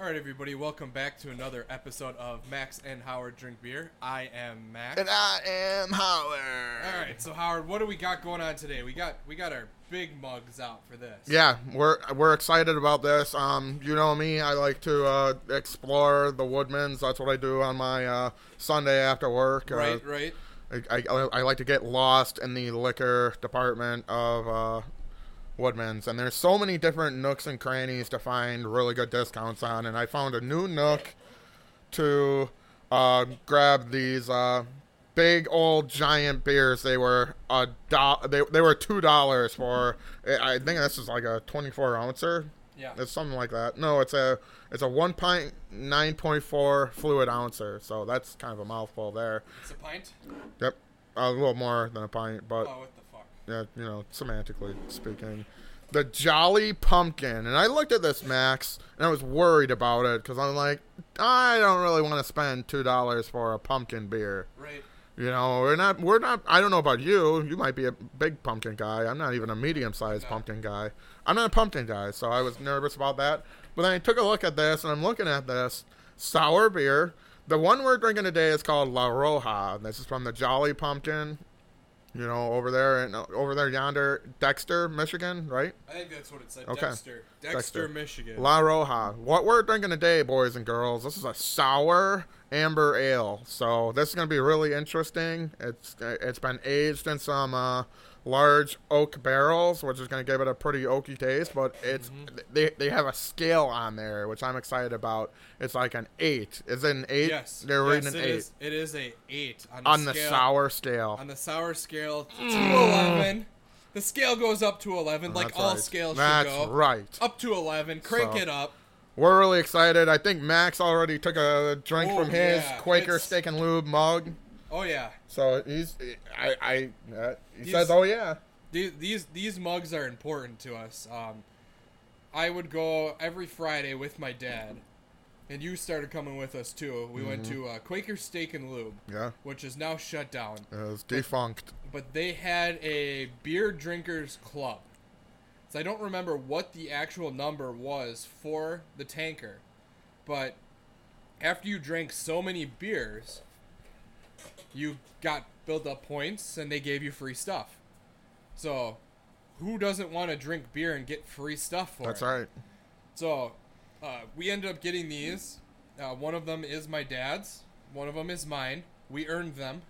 All right, everybody, welcome back to another episode of Max and Howard Drink Beer. I am Max. And I am Howard. All right, so Howard, what do we got going on today? We got we got our big mugs out for this. Yeah, we're we're excited about this. Um, you know me, I like to uh, explore the Woodmans. That's what I do on my uh, Sunday after work. Uh, Right, right. I, I, I like to get lost in the liquor department of uh, Woodman's, and there's so many different nooks and crannies to find really good discounts on. And I found a new nook to uh, grab these uh, big old giant beers. They were a do- they, they were two dollars for. I I think this is like a 24 ouncer. Yeah. It's something like that. No, it's a it's a one pint nine point four fluid ouncer. So that's kind of a mouthful there. It's a pint. Yep. A little more than a pint, but Oh, what the fuck? yeah, you know, semantically speaking. The Jolly Pumpkin. And I looked at this, Max, and I was worried about it because I'm like, I don't really want to spend $2 for a pumpkin beer. Right. You know, we're not, we're not, I don't know about you. You might be a big pumpkin guy. I'm not even a medium sized pumpkin guy. I'm not a pumpkin guy, so I was nervous about that. But then I took a look at this, and I'm looking at this sour beer. The one we're drinking today is called La Roja. This is from the Jolly Pumpkin, you know, over there and over there yonder, Dexter, Michigan, right? I think that's what it said. Okay. Dexter. Dexter, Dexter. Michigan. La Roja. What we're drinking today, boys and girls, this is a sour amber ale. So this is going to be really interesting. It's it's been aged in some uh, large oak barrels, which is going to give it a pretty oaky taste. But it's Mm-hmm. they, they have a scale on there, which I'm excited about. It's like an eight. Is it an eight? yes. They're yes, reading it an eight is- it is a eight on the, on the scale, sour scale. On the sour scale, to eleven. The scale goes up to eleven, like Oh, That's all right. scales That's should go. Oh. right. Up to eleven. Crank So- it up. We're really excited. I think Max already took a drink Oh, from his yeah. Quaker It's- Steak and Lube mug. Oh yeah. So he's, I, I, uh, he He's- says, oh yeah, these these these mugs are important to us. Um, I would go every Friday with my dad, and you started coming with us too. We went to uh, Quaker Steak and Lube, yeah, which is now shut down, it was defunct. but they had a beer drinkers club. So I don't remember what the actual number was for the tanker, but after you drank so many beers, you got built up points and they gave you free stuff. So, who doesn't want to drink beer and get free stuff for That's it? right. So, uh, we ended up getting these. Uh, one of them is my dad's. One of them is mine. We earned them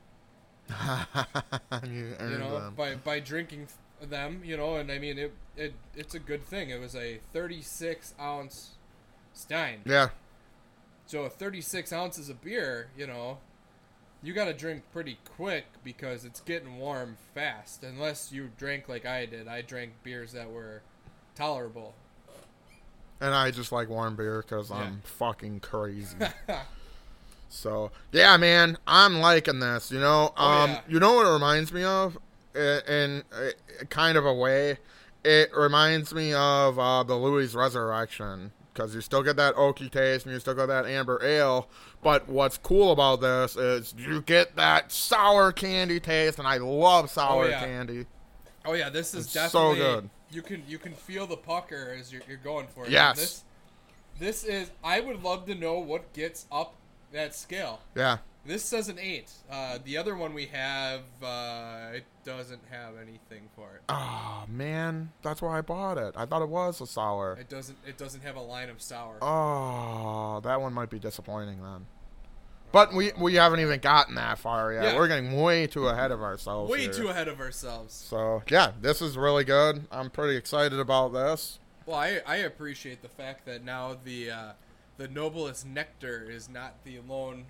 you you earned know, them. by by drinking th- them, you know, and I mean it, it it's a good thing. It was a 36 ounce stein, yeah, so 36 ounces of beer, you know, you got to drink pretty quick because it's getting warm fast. Unless you drank like I did, I drank beers that were tolerable. and I just like warm beer because Yeah. I'm fucking crazy. so yeah, man, I'm liking this. You know, um, Oh, yeah. you know what it reminds me of, I- in uh, kind of a way, it reminds me of uh, the Louis Resurrection. Because you still get that oaky taste and you still get that amber ale, but what's cool about this is you get that sour candy taste, and I love sour Oh, yeah. candy. Oh yeah, this is It's so definitely good. You can you can feel the pucker as you're, you're going for it. Yes. This, this is. I would love to know what gets up that scale. Yeah, This says an eight. Uh, the other one we have, uh, it doesn't have anything for it. Oh man, that's why I bought it. I thought it was a sour. It doesn't. It doesn't have a line of sour. Oh, that one might be disappointing then. But we we haven't even gotten that far yet. Yeah. We're getting way too ahead of ourselves. Way here. too ahead of ourselves. So yeah, this is really good. I'm pretty excited about this. Well, I, I appreciate the fact that now the uh, the noblest nectar is not the lone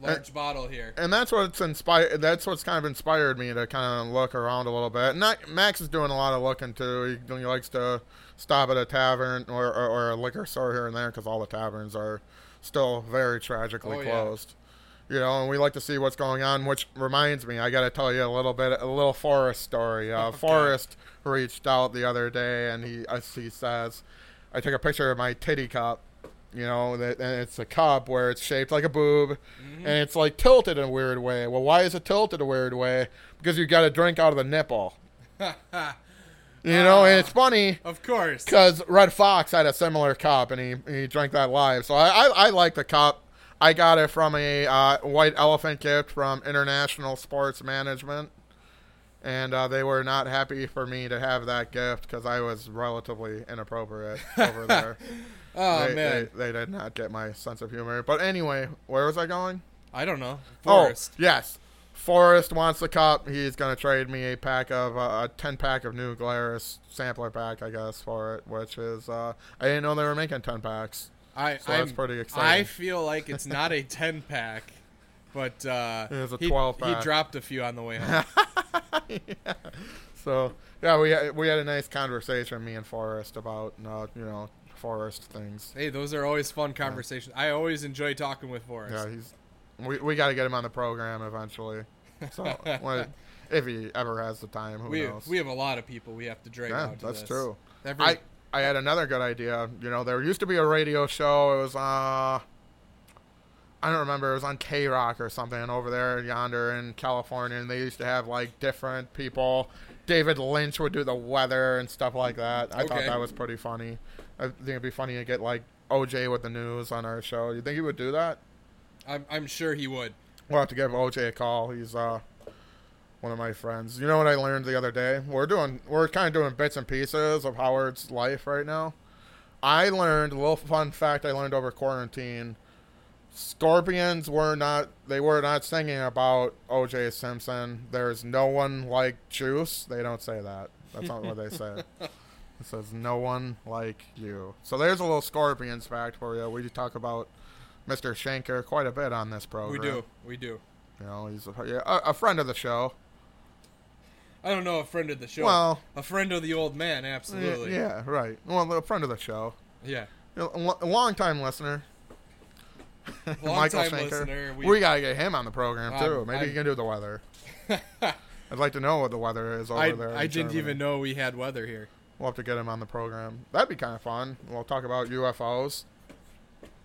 Uh, large bottle here. and that's what's inspired. That's what's kind of inspired me to kind of look around a little bit. And I, Max is doing a lot of looking too. He, he likes to stop at a tavern or, or, or a liquor store here and there because all the taverns are still very tragically Oh, yeah. closed. You know, and we like to see what's going on. Which reminds me, I got to tell you a little bit, a little Forrest story. Uh, Forrest reached out the other day, and he as he says, I took a picture of my titty cup. You know, that, and it's a cup where it's shaped like a boob, Mm-hmm. and it's like tilted in a weird way. Well, why is it tilted a weird way? Because you got to drink out of the nipple. Ah. You know, and it's funny Of course. because Red Fox had a similar cup and he, he drank that live. So I, I, I like the cup. I got it from a uh, white elephant gift from International Sports Management. And uh, they were not happy for me to have that gift because I was relatively inappropriate over there. Oh they, man, They, they did not get my sense of humor. But anyway, where was I going? I don't know. Forest. Oh, yes. Forrest wants the cup. He's going to trade me a pack of uh, a 10 pack of new Glarus sampler pack, I guess, for it, which is uh, I didn't know they were making 10 packs. I, So that's I'm- I pretty exciting. feel like it's not a ten pack, but uh, It was a he, 12 He pack. dropped a few on the way home. yeah. So, yeah, we had, we had a nice conversation me and Forrest about uh, you know, Forrest things. hey, those are always fun conversations. I always enjoy talking with Forrest. Yeah, he's we, we got to get him on the program eventually. So, when- if he ever has the time, who we knows? we have a lot of people we have to drag yeah, out. To that's this. true. Every, I I had another good idea. You know, there used to be a radio show. It was uh, I don't remember. It was on K Rock or something over there yonder in California, and they used to have like different people. David Lynch would do the weather and stuff like that. I thought Okay. that was pretty funny. I think it'd be funny to get like OJ with the news on our show. You think he would do that? I'm, I'm sure he would. We'll have to give OJ a call. He's uh one of my friends. You know what I learned the other day? We're doing we're kind of doing bits and pieces of Howard's life right now. I learned a little fun fact I learned over quarantine. Scorpions were not they were not singing about OJ Simpson. There's no one like Juice. They don't say that. That's not what they say. It says no one like you. So there's a little Scorpions fact for you. We talk about Mr. Shanker quite a bit on this program. We do. We do. You know, he's a, yeah, a, a friend of the show. I don't know a friend of the show. Well, a friend of the old man, absolutely. yeah, yeah, right. Well, a friend of the show. Yeah. A lo- a long-time listener. Long-time Michael Schenker. listener, We, we- got to get him on the program, Um, too. Maybe I- he can do the weather. I'd like to know what the weather is over I, there. in I didn't Germany. even know we had weather here. We'll have to get him on the program. That'd be kind of fun. We'll talk about UFOs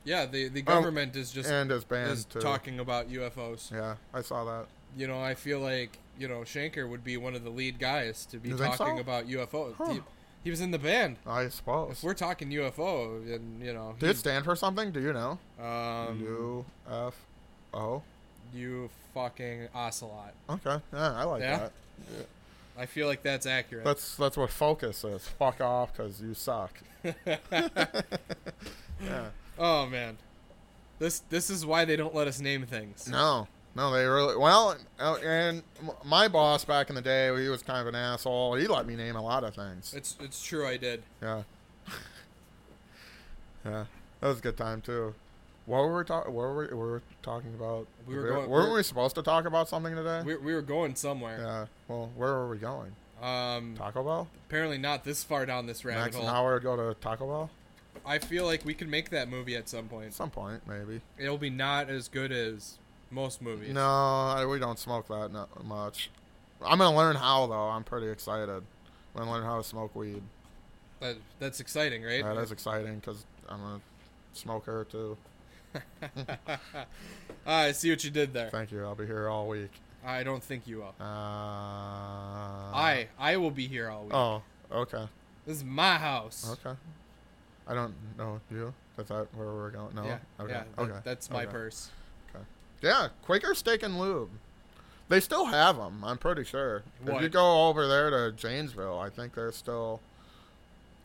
Yeah, the, the government is just Oh, and his band, is too. talking about UFOs. Yeah, I saw that. You know, I feel like, you know, Shanker would be one of the lead guys to be You think talking so? about UFOs. Huh. He, he was in the band. I suppose. We're talking UFO, and, you know. Did it stand for something? Do you know? he- um, UFO. you fucking ocelot. Okay. Yeah, I like Yeah? that. I feel like that's accurate. That's that's what focus is. Fuck off, cause you suck. yeah. oh, man. This, this is why they don't let us name things. No, no, they really well. uh, And m- my boss back in the day, he was kind of an asshole. He let me name a lot of things. It's it's true. I did. Yeah. yeah, that was a good time too. What were we talking? What were we, we were talking about? We were We're- going- Weren't we're- we supposed to talk about something today? We, we were going somewhere. yeah. Well, where were we going? Um, Taco Bell. apparently not this far down this rabbit Max and hole. Howard go to Taco Bell I feel like we could make that movie at some at point. some point, maybe. It'll be not as good as most movies. No, I, we don't smoke that no, much. I'm gonna learn how though. I'm pretty excited. I'm gonna learn how to smoke weed. That, that's exciting, right? That is exciting because I'm a smoker too. Ah, I see what you did there. Thank you. I'll be here all week. I don't think you will. Uh, I. I I will be here all week. Uh-huh. Oh, okay, This is my house. okay. I don't know you. Is that where we're going? No. Yeah, Okay. yeah, that- okay. that's my okay. purse. Yeah, Quaker Steak and Lube. They still have them. I'm pretty sure. If you What? go over there to Janesville, I think they're still.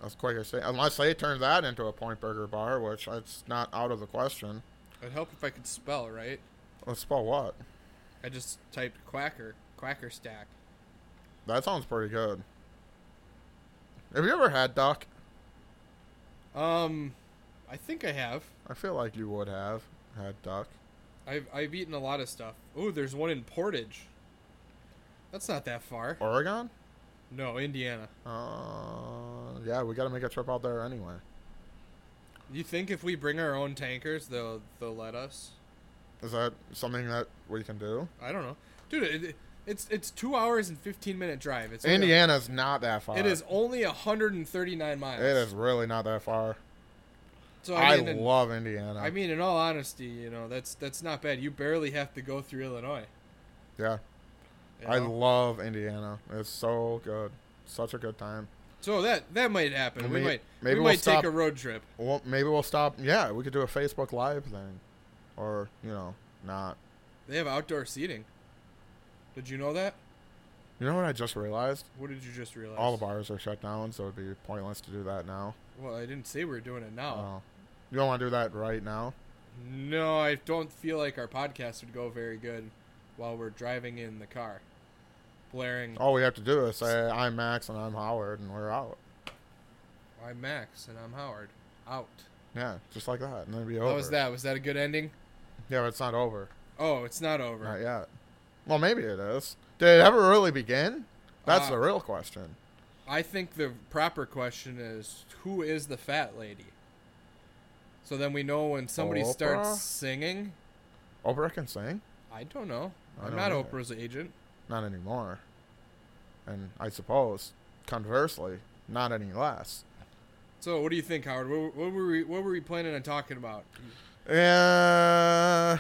That's Quaker Steak, unless they turn that into a Point Burger bar, which it's not out of the question. It'd help if I could spell, right? Let's spell what? I just typed quacker, quacker stack. That sounds pretty good. Have you ever had duck? Um, I think I have. I feel like you would have had duck. I've I've eaten a lot of stuff. Ooh, there's one in Portage. That's not that far. Oregon? No, Indiana. Uh, yeah, we got to make a trip out there anyway. You think if we bring our own tankers, they'll they'll let us? Is that something that we can do? I don't know, dude. It, it's it's two hours and fifteen minute drive. It's only- Indiana's not that far. It is only hundred and thirty nine miles. It is really not that far. So I, I mean, in, love Indiana. I mean, in all honesty, you know that's that's not bad. You barely have to go through Illinois. yeah, you I know? love Indiana. It's so good. Such a good time. So that that might happen. And we, we- might maybe we we'll might stop- take a road trip. Well, maybe we'll stop. Yeah, we could do a Facebook Live thing, or you know, not. They have outdoor seating. Did you know that? You know what I just realized? What did you just realize? All the bars are shut down, so it'd be pointless to do that now. Well, I didn't say we were doing it now. Oh. You don't want to do that right now. No, I don't feel like our podcast would go very good while we're driving in the car, blaring All we have to do is say, "I'm Max and I'm Howard," and we're out. "I'm Max and I'm Howard." Out. Yeah, just like that, and then it'd be over. How was that? Was that a good ending? Yeah, but it's not over. Oh, it's not over. Not yet. Well, maybe it is. Did it ever really begin? That's Uh, the real question. I think the proper question is who is the fat lady? So then we know when somebody Oprah? starts singing. Oprah can sing, I don't know. I I'm don't not either. Oprah's agent. not anymore. And I suppose, conversely, not any less. So what do you think, Howard? What, what were we what were we planning on talking about? Uh,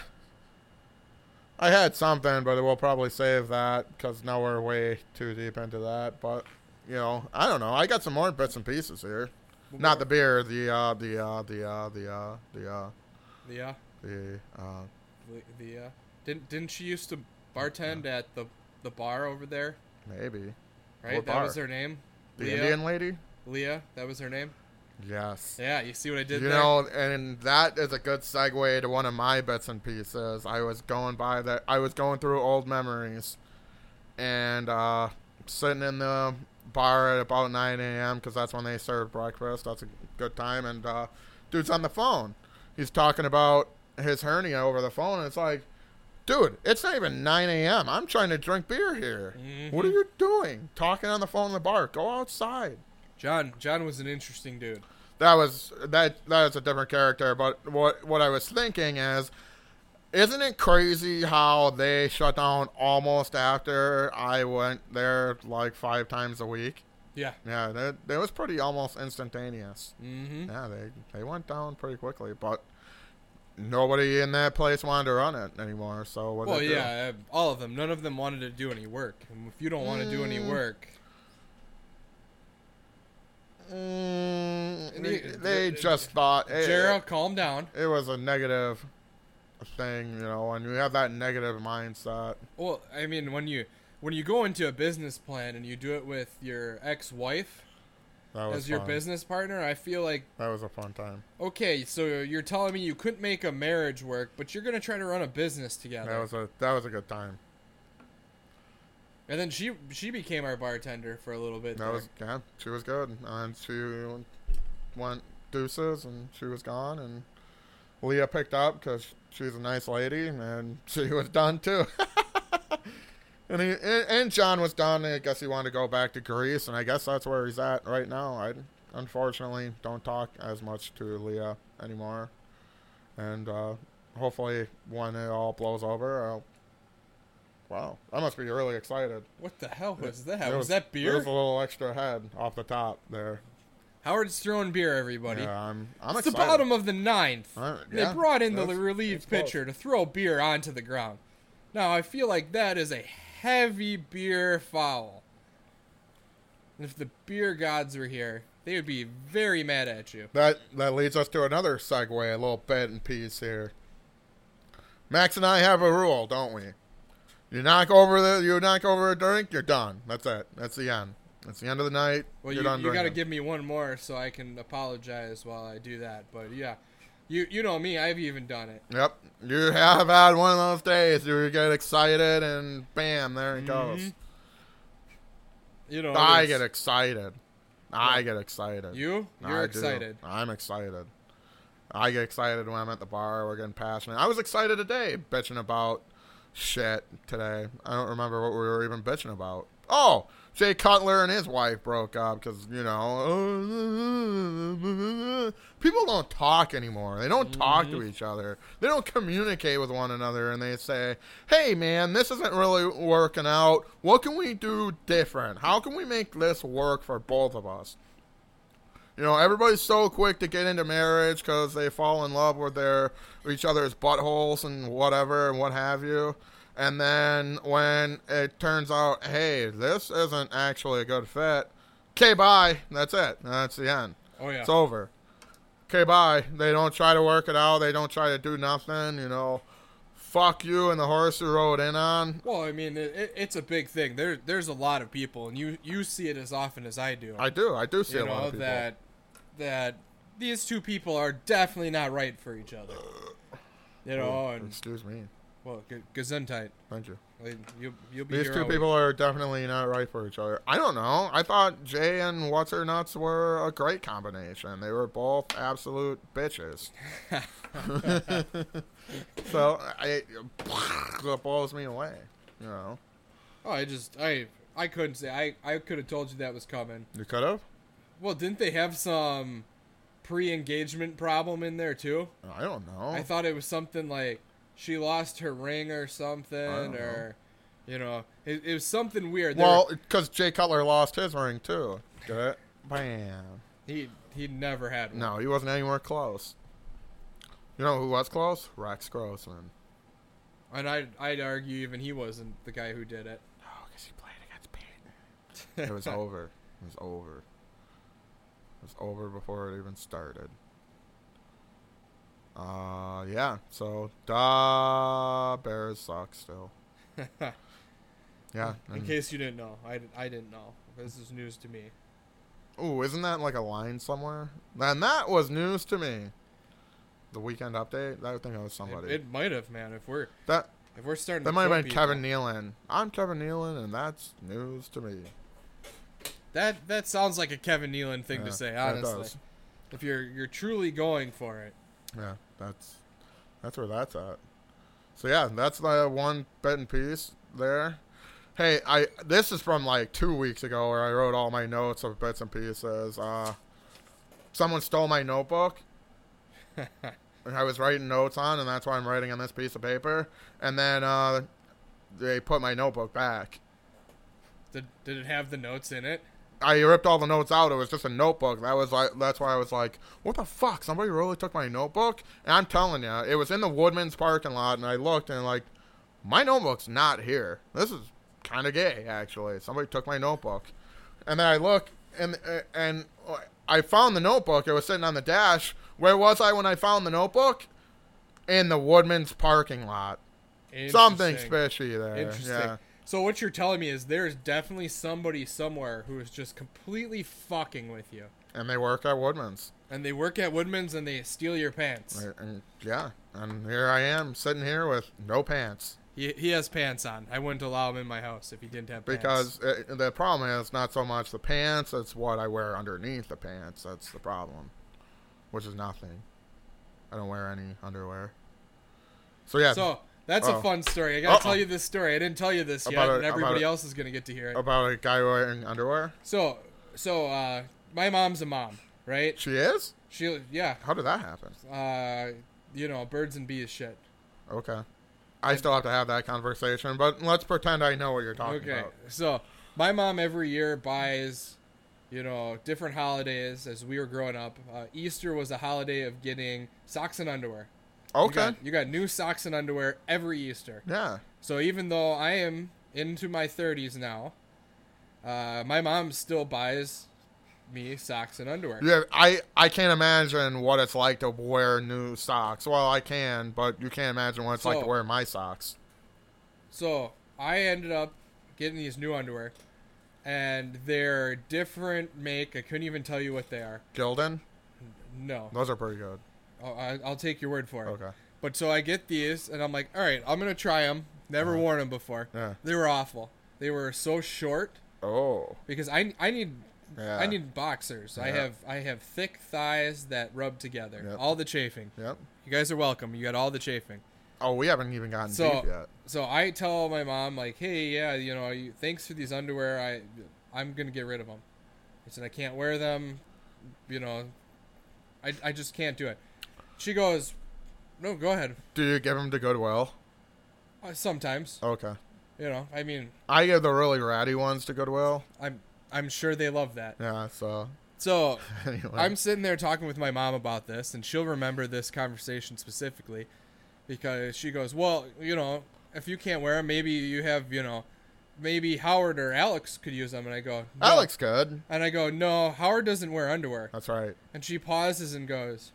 I had something, but we'll probably save that because now we're way too deep into that. But you know, I don't know. I got some more bits and pieces here. Not the beer, the uh, the uh, the uh, the uh, the uh, the uh, the uh, the, the uh, didn't didn't she used to bartend at the the bar over there? maybe Right, What that was bar? her name. the Leah. Indian lady. Leah, that was her name. Yes. Yeah, you see what I did you there? know, and that is a good segue to one of my bits and pieces. I was going by that. I was going through old memories, and uh, sitting in the bar at about 9 a.m. because that's when they serve breakfast. That's a good time. And uh, dude's on the phone. He's talking about his hernia over the phone, and it's like, dude, it's not even 9 a.m. I'm trying to drink beer here. What are Mhm. you doing? Talking on the phone in the bar. Go outside. John John was an interesting dude. That was that that is a different character, but what what I was thinking is isn't it crazy how they shut down almost after I went there like five times a week? Yeah. Yeah, that that was pretty almost instantaneous. Mm-hmm. Yeah, they they went down pretty quickly, but nobody in that place wanted to run it anymore. So what? Well, yeah, uh, all of them. None of them wanted to do any work. And if you don't want to do any Mm. work, Mm, They- they, they just thought eh, Gerald, calm down. it was a negative thing, you know, and you have that negative mindset. Well, I mean, when you when you go into a business plan and you do it with your ex-wife That was as your fun. business partner, I feel like That was a fun time. okay, so you're telling me you couldn't make a marriage work, but you're gonna try to run a business That together. was a that was a good time. and then she she became our bartender for a little bit. That there. was yeah, she was good, and she went deuces, and she was gone, and Leah picked up because she's a nice lady, and she was done too. and he and, and John was done. And I guess he wanted to go back to Greece, and I guess that's where he's at right now. I unfortunately don't talk as much to Leah anymore, and uh, hopefully when it all blows over, I'll. Wow, I must be really excited. what the hell was that? There was, that There beer? was a little extra head off the top there. Howard's throwing beer, everybody. Yeah, I'm, I'm it's excited. the bottom of the ninth. Uh, They yeah, brought in the that's- relieved that's close. pitcher to throw beer onto the ground. Now, I feel like that is a heavy beer foul. And If the beer gods were here, they would be very mad at you. That that leads us to another segue, a little bit in peace here. Max and I have a rule, don't we? You knock over the, you knock over a drink, you're done. That's it. That's the end. That's the end of the night. Well, you're you, done you got to drinking. give me one more so I can apologize while I do that. But yeah, you you know me, I've even done it. Yep, you have had one of those days. You get excited, and bam, there it goes. Mhm. You know, I there's- get excited. I get excited. You you're I do. excited. I'm excited. I get excited when I'm at the bar. We're getting passionate. I was excited today, bitching about shit today. I don't remember what we were even bitching about. Oh, Jay Cutler and his wife broke up because you know people don't talk anymore. They don't talk Mm-hmm. to each other. They don't communicate with one another, and they say, "Hey, man, this isn't really working out. What can we do different? How can we make this work for both of us?" You know, everybody's so quick to get into marriage because they fall in love with their each other's buttholes and whatever and what have you. And then when it turns out, hey, this isn't actually a good fit, Okay, bye. That's it. That's the end. Oh yeah. It's over. Okay, bye. They don't try to work it out. They don't try to do nothing. You know, fuck you and the horse you rode in on. well, I mean, it, it, it's a big thing. There, there's a lot of people, and you you see it as often as I do. I do. I do see you a lot know of people. that that these two people are definitely not right for each other. You know, and Excuse me. well, g- Gesundheit. Thank you. Like, You you'll be These here two all week. people are definitely not right for each other. I don't know. I thought Jay and What's Her Nuts were a great combination. They were both absolute bitches. so I, it blows me away. You know, Oh, I just I I couldn't say I I could have told you that was coming. you could have. Well, didn't they have some pre-engagement problem in there too? I don't know. I thought it was something like she lost her ring or something, don't know. or you know, it, it was something weird. They well, were- because Jay Cutler lost his ring too. Get it? Bam. he he never had one. No, he wasn't anywhere close. You know who was close? Rex Grossman. and I'd I'd argue even he wasn't the guy who did it. No, because he played against Peyton. It was over. It was over. It was over before it even started. Uh, yeah. So, da Bears suck still. Yeah. in and- case you didn't know, I, di- I didn't know. This is news to me. Ooh, isn't that like a line somewhere? And that was news to me. The weekend update. I think that was It, somebody. it might have, man. If we're that if we're starting, that to might have quote been people. Kevin Nealon. I'm Kevin Nealon, and that's news to me. That that sounds like a Kevin Nealon thing Yeah, to say, that honestly. does. If you're you're truly going for it, Yeah, that's that's where that's at. So yeah, that's the one bit and piece there. Hey, I this is from like two weeks ago where I wrote all my notes of bits and pieces. Uh, someone stole my notebook. and I was writing notes on, and that's why I'm writing on this piece of paper. And then uh, they put my notebook back. did, did it have the notes in it? I ripped all the notes out. It was just a notebook. That was like that's why I was like, "What the fuck? Somebody really took my notebook?" And I'm telling you, it was in the Woodman's parking lot, and I looked and like, my notebook's not here. This is kind of gay, actually. Somebody took my notebook, and then I look and uh, and I found the notebook. It was sitting on the dash. Where was I when I found the notebook? In the Woodman's parking lot. Something Interesting. fishy there. Interesting. Yeah. So what you're telling me is there's definitely somebody somewhere who is just completely fucking with you, And they work at Woodman's. and they work at Woodman's and they steal your pants. Right, And yeah, and here I am sitting here with no pants He, he has pants on. I wouldn't allow him in my house if he didn't have pants. because uh the problem is not so much the pants; it's what I wear underneath the pants. That's the problem, which is nothing. I don't wear any underwear. So yeah, so that's Oh. a fun story. I gotta Uh-oh. tell you this story. I didn't tell you this About yet, it- and about Oh. everybody it. else is gonna get to hear it. about a guy wearing underwear. So so uh, my mom's a mom, right? She is. She yeah. How did that happen? uh, you know, birds and bees shit. Okay, I still have to have that conversation, but let's pretend I know what you're talking Okay, about. so my mom every year buys, you know, different holidays as we were growing up. Uh, Easter was a holiday of getting socks and underwear. You Okay, got, you got new socks and underwear every Easter. yeah, So even though I am into my 30s now, uh, my mom still buys me socks and underwear. Yeah, I, I can't imagine what it's like to wear new socks. Well, I can, but you can't imagine what it's like to So- wear my socks. So I ended up getting these new underwear, and they're different make. I couldn't even tell you what they are. Gildan, No, those are pretty good. oh, I, I'll take your word for it. Okay. But so I get these, and I'm like, all right, I'm gonna try them. Never Uh-huh. worn them before. Yeah. They were awful. They were so short Oh, because I I need. Yeah. I need boxers. I Yeah. have I have thick thighs that rub together. Yep. All the chafing. yep. You guys are welcome. You got all the chafing. Oh, we haven't even gotten so deep yet. so I tell my mom like, hey, yeah, you know, you, thanks for these underwear. I I'm gonna get rid of them. I said I can't wear them. You know, I I just can't do it. She goes, no, go ahead. Do you give them to Goodwill? Uh, sometimes, Okay. you know, I mean, I give the really ratty ones to Goodwill. I'm I'm sure they love that. Yeah. So So anyway, I'm sitting there talking with my mom about this, and she'll remember this conversation specifically because she goes, "Well, you know, if you can't wear them, maybe you have, you know, maybe Howard or Alex could use them. And I go, "No." Alex could. And I go, no, Howard doesn't wear underwear. That's right. And she pauses and goes,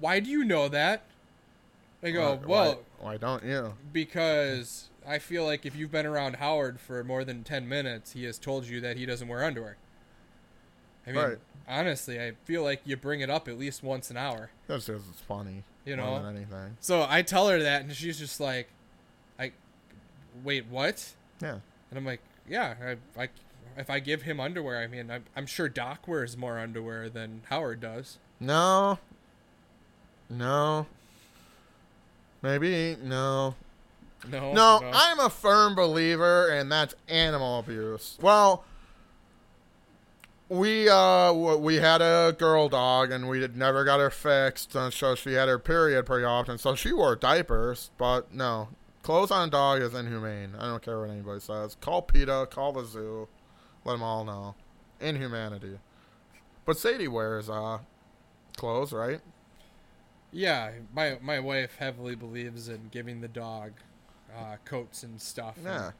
why do you know that? I go, Why- why- well, why don't you? because I feel like if you've been around Howard for more than 10 minutes, he has told you that he doesn't wear underwear. I mean, Right. honestly, I feel like you bring it up at least once an hour. That's just it's funny. You more know? than anything. So I tell her that, and she's just like, I, wait, what? Yeah. And I'm like, yeah, I, I, if I give him underwear, I mean, I'm, I'm sure Doc wears more underwear than Howard does. No. No. Maybe no. No, no, I'm a firm believer, and that's animal abuse. Well, we uh w- we had a girl dog, and we had never got her fixed, and so she had her period pretty often. So she wore diapers, but no, clothes on a dog is inhumane. I don't care what anybody says. Call PETA, call the zoo, let them all know, inhumanity. But Sadie wears uh clothes, right? Yeah, my my wife heavily believes in giving the dog uh, coats and stuff. and Yeah.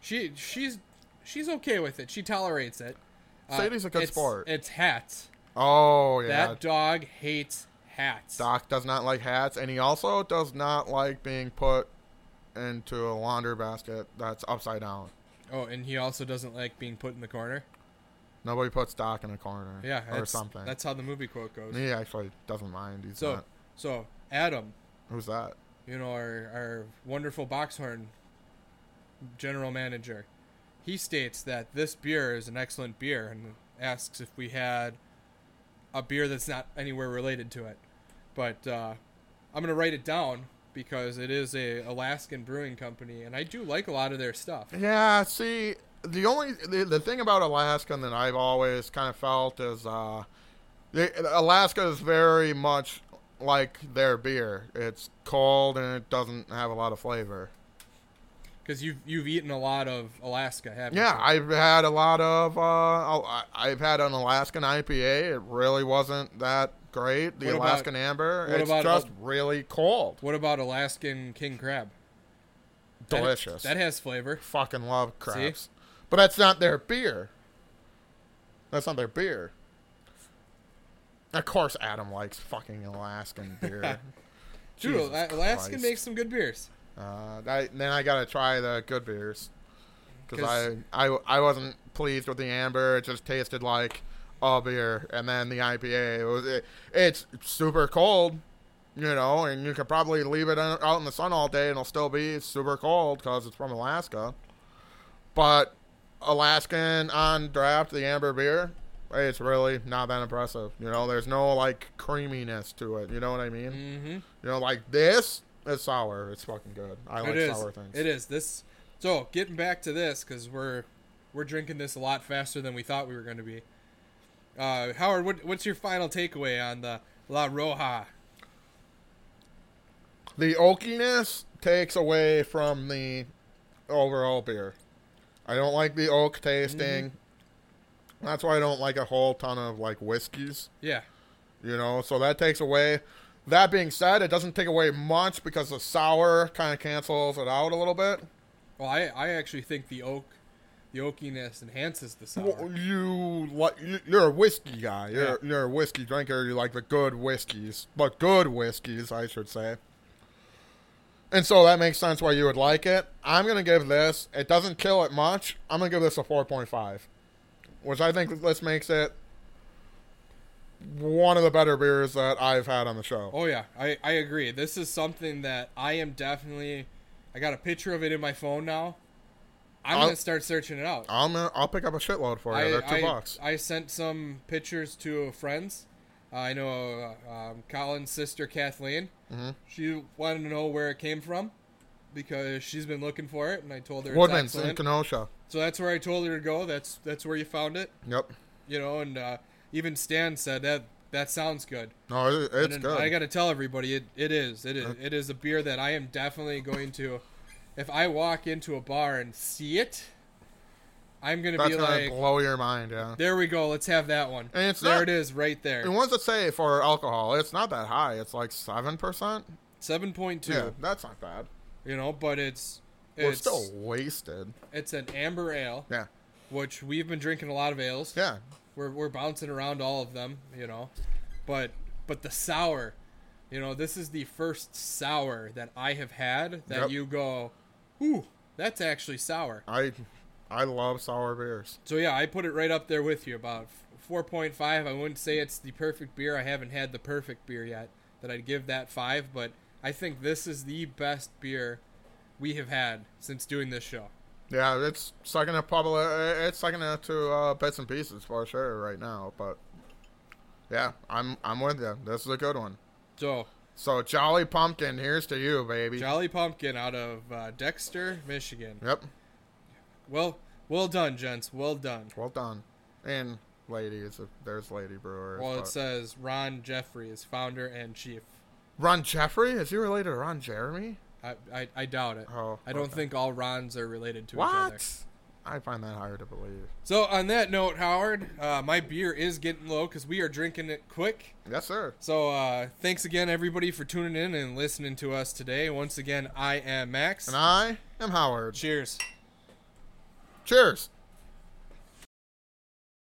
she she's she's okay with it. She tolerates it. Uh, Sadie's a good it's- sport. It's hats. Oh yeah. That dog hates hats. Doc does not like hats, and he also does not like being put into a laundry basket that's upside down. Oh, and he also doesn't like being put in the corner. Nobody puts Doc in a corner. Yeah, or that's, something. That's how the movie quote goes. he actually doesn't mind. He's So not. so Adam, Who's that? you know our our wonderful Boxhorn general manager, he states that this beer is an excellent beer and asks if we had a beer that's not anywhere related to it. But uh, I'm gonna write it down because it is a Alaskan brewing company and I do like a lot of their stuff. Yeah. See, the only the, the thing about Alaska that I've always kind of felt is uh, they, Alaska is very much like their beer. It's cold and it doesn't have a lot of flavor. Because you've you've eaten a lot of Alaska, haven't Yeah, you? I've had a lot of. Uh, I- I've had an Alaskan IPA. It really wasn't that great. The What about- Alaskan Amber. what It's about- just really cold. What about Alaskan king crab? That- Delicious. That has flavor. Fucking love crabs. But that's not their beer. That's not their beer. Of course, Adam likes fucking Alaskan beer. Dude, Jesus Ala- Alaskan Christ. makes some good beers. Uh, I, then I gotta try the good beers because 'Cause- I, I I wasn't pleased with the amber. It just tasted like all beer, and then the IPA it was it, it's super cold, you know, and you could probably leave it in, out in the sun all day and it'll still be super cold because it's from Alaska. But Alaskan on draft the amber beer, it's really not that impressive. You know, there's no like creaminess to it. You know what I mean? Mm-hmm. You know, like this is sour. It's fucking good. I like it is. sour things. It is this. So getting back to this because we're we're drinking this a lot faster than we thought we were going to be. Uh, Howard, what, what's your final takeaway on the La Roja? The oakiness takes away from the overall beer. I don't like the oak tasting. Mm-hmm. That's why I don't like a whole ton of like whiskeys. Yeah, You know, so that takes away. That being said, it doesn't take away much because the sour kind of cancels it out a little bit. well, I I actually think the oak, the oakiness enhances the sour. Well, you like you- you're a whiskey guy. You're Yeah. you're a whiskey drinker. You like the good whiskeys, but good whiskeys, I should say. And so that makes sense why you would like it. I'm gonna give this. It doesn't kill it much. I'm gonna give this a 4.5, which I think this makes it one of the better beers that I've had on the show. Oh yeah, I, I agree. This is something that I am definitely. I got a picture of it in my phone now. I'm I'll- gonna start searching it out. I'm gonna, I'll pick up a shitload for you. I, They're two I- bucks. I sent some pictures to friends. I know uh, um, Colin's sister Kathleen. Mhm. She wanted to know where it came from because she's been looking for it, and I told her it's Woodman's in excellent. Kenosha. so that's where I told her to go. That's that's where you found it, Yep. you know. And uh, even Stan said that that sounds good. No, it, it's And good. I got to tell everybody it, it is it is it is a beer that I am definitely going to. If I walk into a bar and see it, I'm gonna That's be gonna like, blow your mind. Yeah. there we go. Let's have that one. And it's there not- it is, right there. And what's it say for alcohol? It's not that high. It's like seven percent. Seven point two. Yeah, that's not bad. You know, but it's We're It's- still wasted. It's an amber ale, Yeah. which we've been drinking a lot of ales. Yeah. We're we're bouncing around all of them, you know. But but the sour, you know, this is the first sour that I have had that Yep. you go, ooh, that's actually sour. I I love sour beers. So yeah, I put it right up there with you about f- 4.5. I wouldn't say it's the perfect beer. I haven't had the perfect beer yet that I'd give that 5, but I think this is the best beer we have had since doing this show. Yeah, it's second to public. It's second to uh, bits and pieces for sure right now. But yeah, I'm I'm with you. This is a good one. So, So Jolly Pumpkin, here's to you, baby. Jolly Pumpkin out of uh, Dexter, Michigan. yep. Well, well done, gents. Well done. Well done. And ladies, if there's lady brewers. Well, but- it says Ron Jeffries, founder and chief. Ron Jeffrey. Is he related to Ron Jeremy? I, I, I doubt it. Oh, I don't okay. think all Rons are related to each other. What? I find that hard to believe. So on that note, Howard, uh, my beer is getting low because we are drinking it quick. Yes, sir. So uh, thanks again, everybody, for tuning in and listening to us today. Once again, I am Max. And I am Howard. Cheers. Cheers.